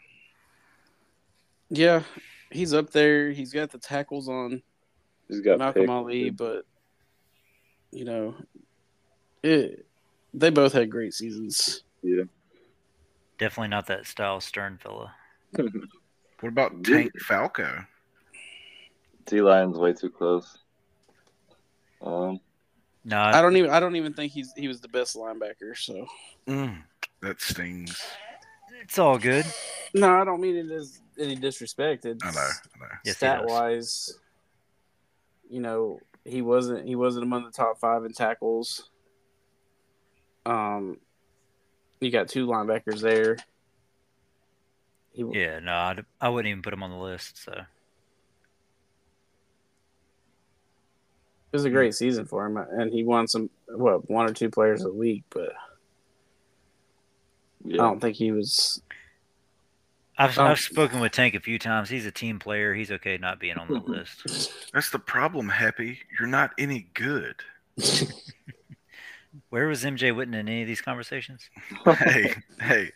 Yeah, he's up there. He's got the tackles on He's got Malcolm picked. Ali, but you know, it, they both had great seasons. Yeah. Definitely not that style Stern fella. what about Yeah. Tank Falco? T Lion's way too close. Um, No, I don't even I don't even think he's he was the best linebacker. So Mm, that stings. it's all good. no, I don't mean it as any disrespect. It's, I know. I know. Yes, he stat does. wise, you know, he wasn't he wasn't among the top five in tackles. Um, you got two linebackers there. He, Yeah, no, I'd, I wouldn't even put him on the list. So It was a great Mm-hmm. season for him, and he won some what one or two players a week, but yeah. I don't think he was. I've, Um, I've spoken with Tank a few times. He's a team player. He's okay not being on the list. That's the problem, Happy. You're not any good. Where was MJ Witten in any of these conversations? hey, hey.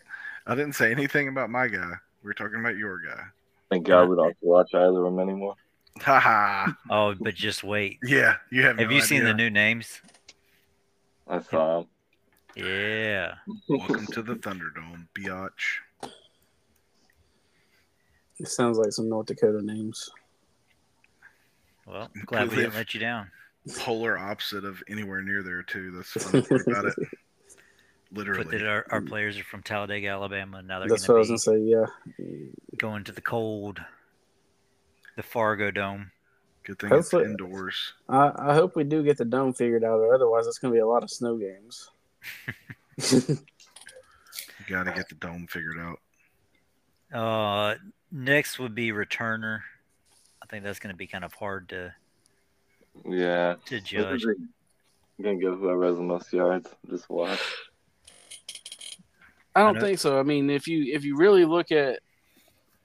I didn't say anything about my guy. We were talking about your guy. Thank God we don't have to watch either of them anymore. Ha ha. Oh, but just wait. Yeah, you have. Have no you seen the idea. new names? I saw him. Yeah. Welcome to the Thunderdome, biatch. It sounds like some North Dakota names. Well, I'm glad we didn't let you down. Polar opposite of anywhere near there too. That's the funny part about it. But that Literally. our, our players are from Talladega, Alabama. and Now they're Mm. That's what I was going gonna to say. Yeah, be going to the cold, the Fargo Dome. Good thing Hopefully- it's indoors. I, I hope we do get the dome figured out, or otherwise it's gonna be a lot of snow games. You gotta get the dome figured out. Uh, next would be returner. I think that's going to be kind of hard to, Yeah. to judge. I'm gonna give whoever has the most yards. Just watch. I don't know- think so. I mean, if you if you really look at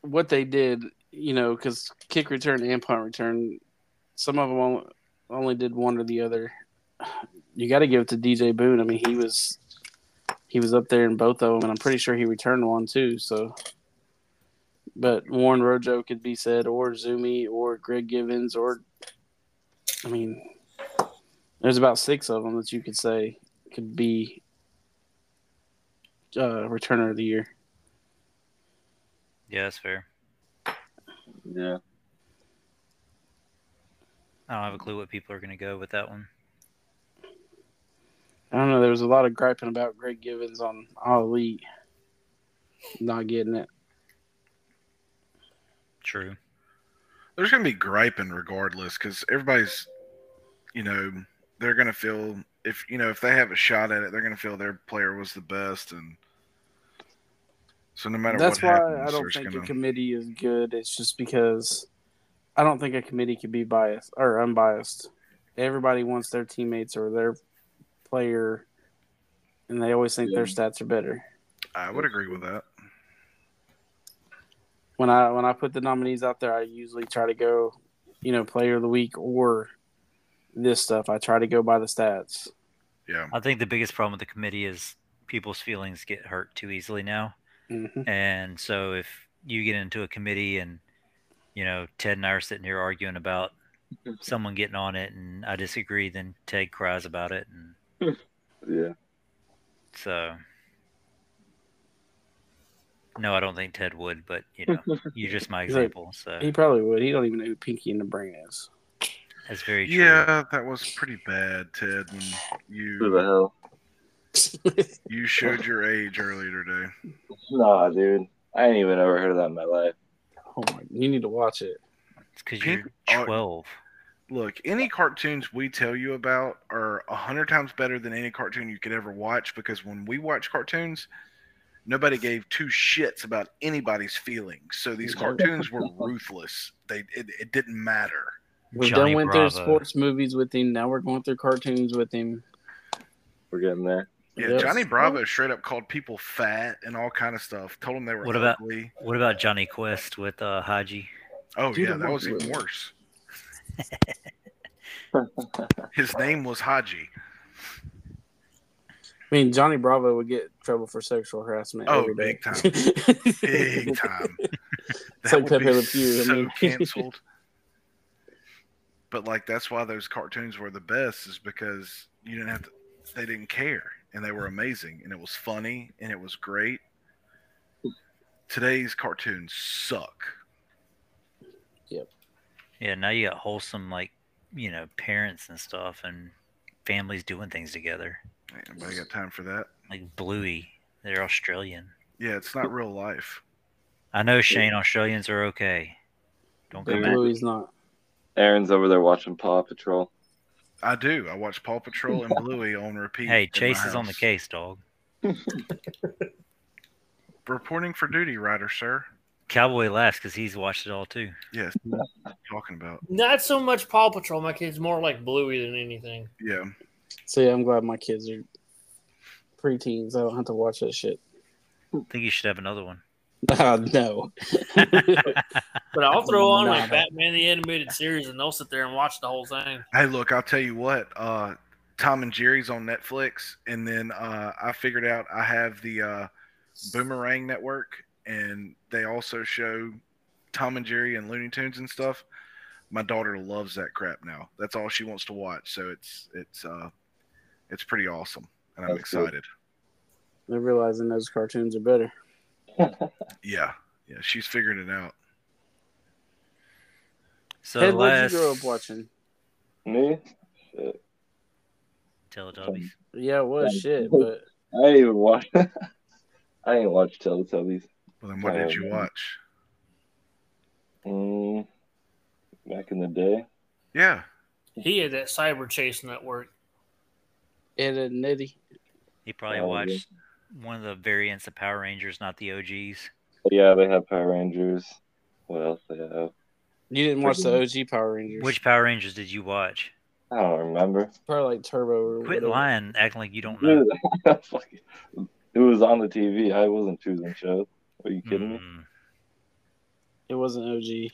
what they did, you know, because kick return and punt return, some of them only, only did one or the other. You got to give it to DJ Boone. I mean, he was he was up there in both of them, and I'm pretty sure he returned one too. So, but Warren Rojo could be said, or Zumi, or Greg Givens, or I mean, there's about six of them that you could say could be uh, returner of the year. Yeah, that's fair. Yeah. I don't have a clue what people are going to go with that one. I don't know. There was a lot of griping about Greg Givens on All Elite. not getting it. True. there's gonna be griping regardless because everybody's you know they're gonna feel if you know if they have a shot at it they're gonna feel their player was the best and so no matter That's what why happens, I don't there's think gonna, a committee is good. It's just because I don't think a committee can be biased or unbiased. Everybody wants their teammates or their player, and they always think their stats are better. I would agree with that when I when I put the nominees out there, I usually try to go, you know, player of the week or this stuff. I try to go by the stats. yeah I think the biggest problem with the committee is people's feelings get hurt too easily now. Mm-hmm. And so if you get into a committee and you know Ted and I are sitting here arguing about someone getting on it and I disagree, then Ted cries about it, and Yeah. so no, I don't think Ted would, but you know you're just my He's like- example, so He probably would. He don't even know who Pinky and the Brain is. that's very true. yeah that was pretty bad ted when Who the you hell? you showed your age earlier today Nah, dude. I ain't even ever heard of that in my life. Oh my! You need to watch it. It's because Pink- you're 12. look any cartoons we tell you about are a hundred times better than any cartoon you could ever watch because when we watch cartoons nobody gave two shits about anybody's feelings so these cartoons were ruthless they it, it didn't matter We've Johnny done went through Bravo. sports movies with him. Now we're going through cartoons with him. We're getting there. yeah Yes. johnny bravo straight up called people fat and all kind of stuff told them they were What about- ugly What about Johnny Quest with uh, Haji? oh Dude, yeah I'm that was ugly. even worse his name was haji I mean, Johnny Bravo would get in trouble for sexual harassment. Oh, every day. big time. big time. It's That like would Pepe be Le Pew, I so mean. canceled. But like that's why those cartoons were the best is because you didn't have to. They didn't care, and they were amazing, and it was funny, and it was great. Today's cartoons suck. Yeah, now you got wholesome like you know parents and stuff and families doing things together. Ain't nobody got time for that. Like Bluey, they're Australian. Yeah, it's not real life. I know Shane, Australians are okay. Don't But come at Bluey's not. Aaron's over there watching Paw Patrol. I do. I watch Paw Patrol and Bluey on repeat. Hey, in my Chase is on the house. case, dog. Reporting for duty, rider sir. Cowboy laughs because he's watched it all too. Yes, talking about. Not so much Paw Patrol. My kid's more like Bluey than anything. Yeah. So yeah, I'm glad my kids are preteens. I don't have to watch that shit. I think you should have another one. Ah, no. But I'll throw on Nah, like nah. Batman the Animated Series, and they'll sit there and watch the whole thing. Hey, look, I'll tell you what. Uh, Tom and Jerry's on Netflix, and then uh, I figured out I have the uh, Boomerang Network, and they also show Tom and Jerry and Looney Tunes and stuff. My daughter loves that crap now. That's all she wants to watch. So it's it's uh, it's pretty awesome, and I'm That's cool. excited. They're realizing those cartoons are better. Yeah, yeah, she's figured it out. So Ted, what did last you grow up watching? Me? Teletubbies. Yeah, it was shit, but I ain't even watch. I ain't watch Teletubbies. Well, then what Oh, did you Um, watch? Mm, back in the day. Yeah, He had that Cyber Chase Network. Ed and Nitty. He probably Oh, yeah. watched one of the variants of Power Rangers, not the OGs. But yeah, they have Power Rangers. What else they have? You didn't watch the OG Power Rangers. Which Power Rangers did you watch? I don't remember. probably like Turbo or Quit whatever. lying, acting like you don't know. Dude, I fucking- it was on the TV. I wasn't choosing shows. Are you kidding me? Mm. It wasn't OG.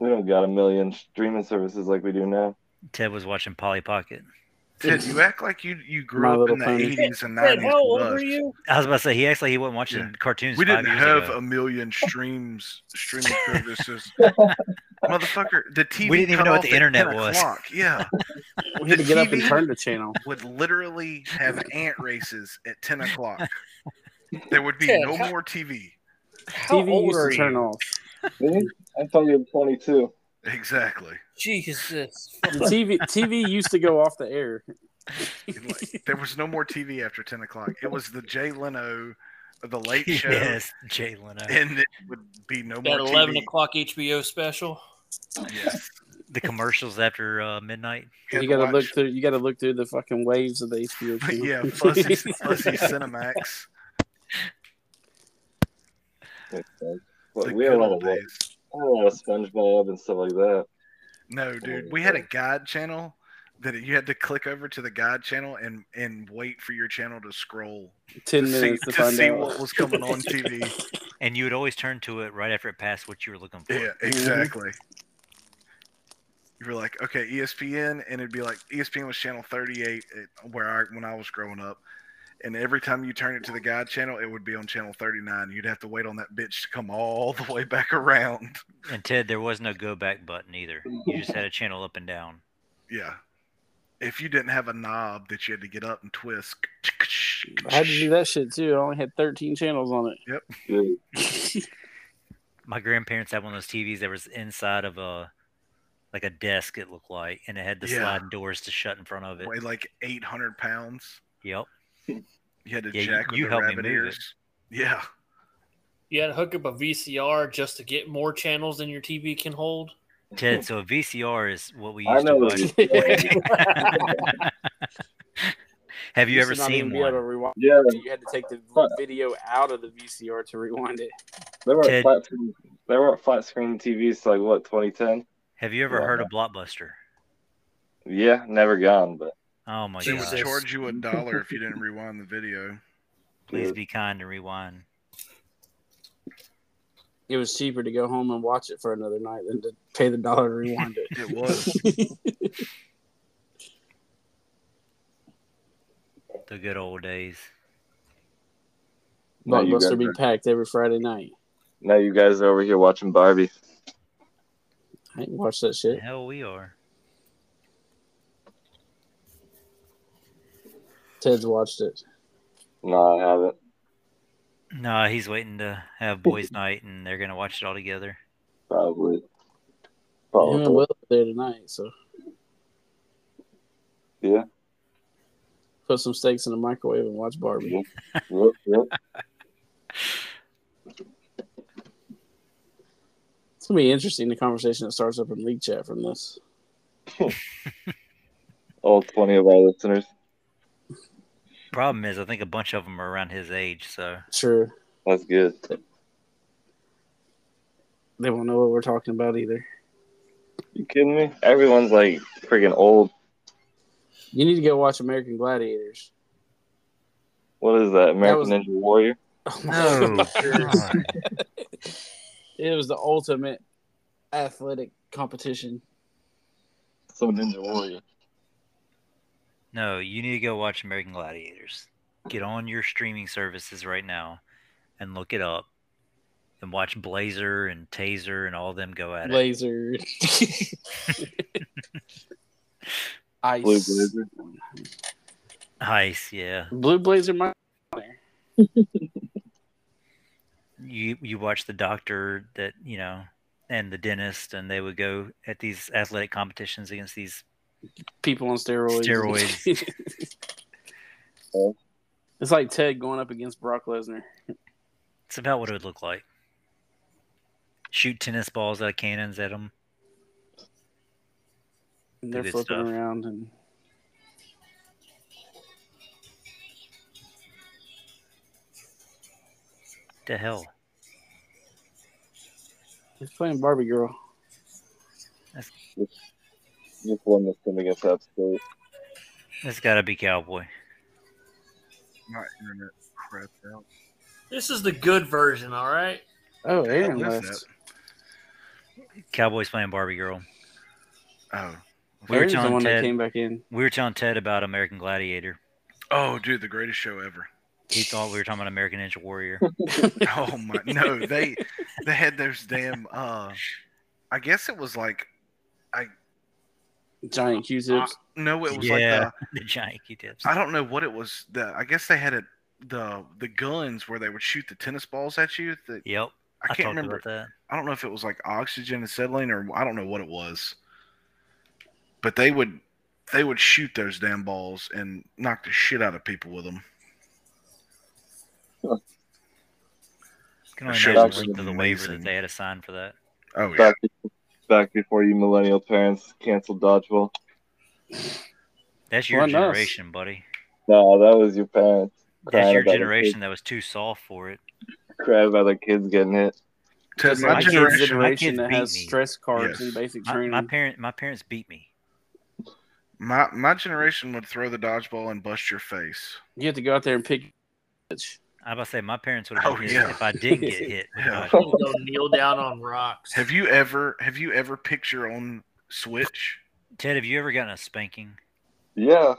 We don't got a million streaming services like we do now. Ted was watching Polly Pocket. Ted, you act like you you My grew up Little in the Pony. 80s and 90s. Ted, how old with were us. you? I was about to say he acts like he wasn't watching Yeah. cartoons. We didn't five years have ago. a million streams streaming services. Motherfucker, the TV. We didn't even cut know what off the at internet 10 was. o'clock. Yeah, We had to get up and TV turn the channel. would literally have ant races at ten o'clock. There would be Ted, no how- more TV. How TV old used are to turn you? off. Me? I'm fucking 22. Exactly. Jesus. The TV TV used to go off the air. Like, there was no more TV after ten o'clock. It was the Jay Leno, of the late show, yes, uh, Jay Leno. and it would be no That more eleven TV. o'clock HBO special. Yes. the commercials after uh, midnight. You had you to gotta look watch- through. You gotta look through the fucking waves of the HBO. channel. yeah, fuzzy, fuzzy Cinemax. Well, the we had a good lot old of like, days. a lot of SpongeBob and stuff like that. No, dude, we had a guide channel that you had to click over to the guide channel and and wait for your channel to scroll Ten to see, minutes to, to find see out. what was coming on TV. And you would always turn to it right after it passed what you were looking for. Yeah, Mm-hmm. exactly. You were like, okay, E ESPN, and it'd be like E ESPN was channel 38 at- where I when I was growing up, and every time you turn it to the guide channel, it would be on channel 39. You'd have to wait on that bitch to come all the way back around. And Ted, there was no go back button either. You just had a channel up and down. Yeah, if you didn't have a knob that you had to get up and twist. I had to do that shit too. I only had thirteen channels on it. Dude, My grandparents had one of those TVs that was inside of a like a desk. It looked like, and it had the Yeah. sliding doors to shut in front of it. Weighed like 800 pounds. Yep. You had to Yeah, you- jack with you the helped me rabbit move it. ears. Yeah, You had to hook up a VCR just to get more channels than your TV can hold. Ted, so a VCR is what we I used to know what watch. he's saying. Have you used ever to not even be seen able to one? rewind yeah, it. You had to take the video out of the VCR to rewind it. there were Ted- flat screen, there were flat screen TVs till, like what 2010. Have you ever Yeah. heard of Blockbuster? Yeah, never gone, but Oh my they It was would god! just- charge you a dollar if you didn't rewind the video. Please be kind and rewind. It was cheaper to go home and watch it for another night than to pay the dollar to rewind it. It was. The good old days. No, you Blockbuster guys be are- packed every Friday night. now you guys are over here watching Barbie. I ain't watch that shit. Hell, we are. Ted's watched it. No, I haven't. No, he's waiting to have boys' night, and they're gonna watch it all together. Probably. Him and Probably. Will are there tonight, so Yeah. put some steaks in the microwave and watch Barbie. Yep, yep. It's gonna be interesting the conversation that starts up in league chat from this. All 20 of our listeners. Problem is, I think a bunch of them are around his age, so Sure, That's good. they won't know what we're talking about either. You kidding me? Everyone's like freaking old. You need to go watch American Gladiators. What is that? American was- Ninja Warrior? Oh no. It was the ultimate athletic competition. Some Ninja Warrior. no, you need to go watch American Gladiators. Get on your streaming services right now and look it up, and watch Blazer and Taser and all them go at it. Laser. Ice. Blue Blazer. Ice, yeah. Blue Blazer might you you watch the doctor that you know and the dentist and they would go at these athletic competitions against these people on steroids. Steroids. it's like Ted going up against Brock Lesnar. it's about what it would look like shoot tennis balls out of cannons at them And they're Good flipping stuff. around and to hell he's playing Barbie Girl. Just one that's coming against App Oh, State. that's gotta be cowboy My internet crap out. This is the good version, all right. Oh, Aaron hell is left. cowboy's playing barbie girl Oh. we were Aaron's the telling one that ted came back in. we were telling ted about american gladiator Oh, dude, the greatest show ever. he thought we were talking about american ninja warrior Oh my no, they they had those damn uh I guess it was like Giant Q uh, tips. no, it was Yeah. like the giant q-tips the I don't know what it was. The I guess they had it the the guns where they would shoot the tennis balls at you. The, yep I talked can't remember. about that I don't know if it was like oxygen acetylene or I don't know what it was. But they would they would shoot those damn balls and knock the shit out of people with them. can only Sure, imagine that's the length of the waiver amazing. that they had to sign for that. Oh yeah. Back, back before you millennial parents canceled dodgeball. That's your Why not? generation, buddy. No, that was your parents. That's Crying your about their generation that was too soft for it. kids- Crying about their kids getting hit. Ted, my my kids generation, generation, My kids that beat has me. stress cards Yes. and basic My, training. my parent, my parents beat me. my my generation would throw the dodgeball and bust your face. you have to go out there and pick. bitch. I about to say my parents would have Oh, been pissed yeah. if I did get hit. with Yeah. dodgeball. Go kneel down on rocks. Have you ever have you ever picked your own switch? Ted, have you ever gotten a spanking? Yeah.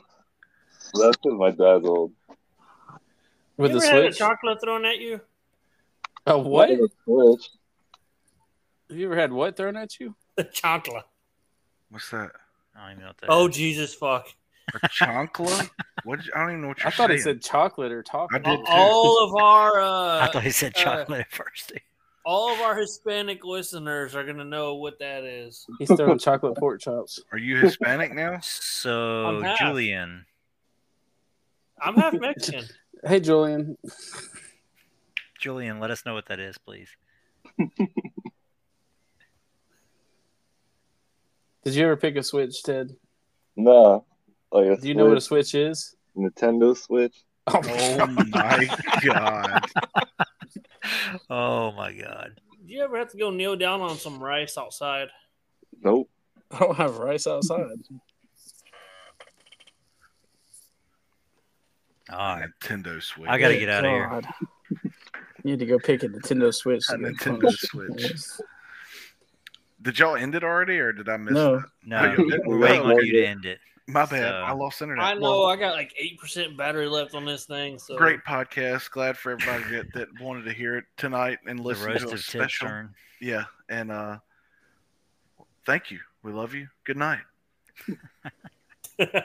That's because my dad's old. With you the ever had a switch. chocolate thrown at you? A what? Not Have a Switch. you ever had what thrown at you? The chocolate. What's that? I don't even know what that Oh is. Jesus fuck! A chancla? what? did- I don't even know what you're I thought saying. it said chocolate or taco. I did too. All of our I uh, thought he said uh, chocolate at first. all of our Hispanic listeners are gonna know what that is. He's throwing chocolate pork chops. Are you Hispanic now? So I'm half. Julian, I'm half Mexican. Hey, Julian. Julian, let us know what that is, please. Did you ever pick a switch, Ted? No. Like a Do you know what a Switch, switch is? Nintendo Switch? Oh, Oh my god! Oh my God! Do you ever have to go kneel down on some rice outside? Nope. I don't have rice outside. All right, Nintendo Switch. I gotta get out of here. God. You need to go pick a Nintendo Switch. A to go Nintendo punch. Switch. Did y'all end it already, or did I miss? No. It? No, you didn't. we're waiting No. on you to end it. My bad. So- I lost internet. I know Well, I got like eight percent battery left on this thing. So Great podcast. Glad for everybody that, that wanted to hear it tonight and The listen roast to a of Ted special. Turn. Yeah, and uh, thank you. We love you. Good night. Great.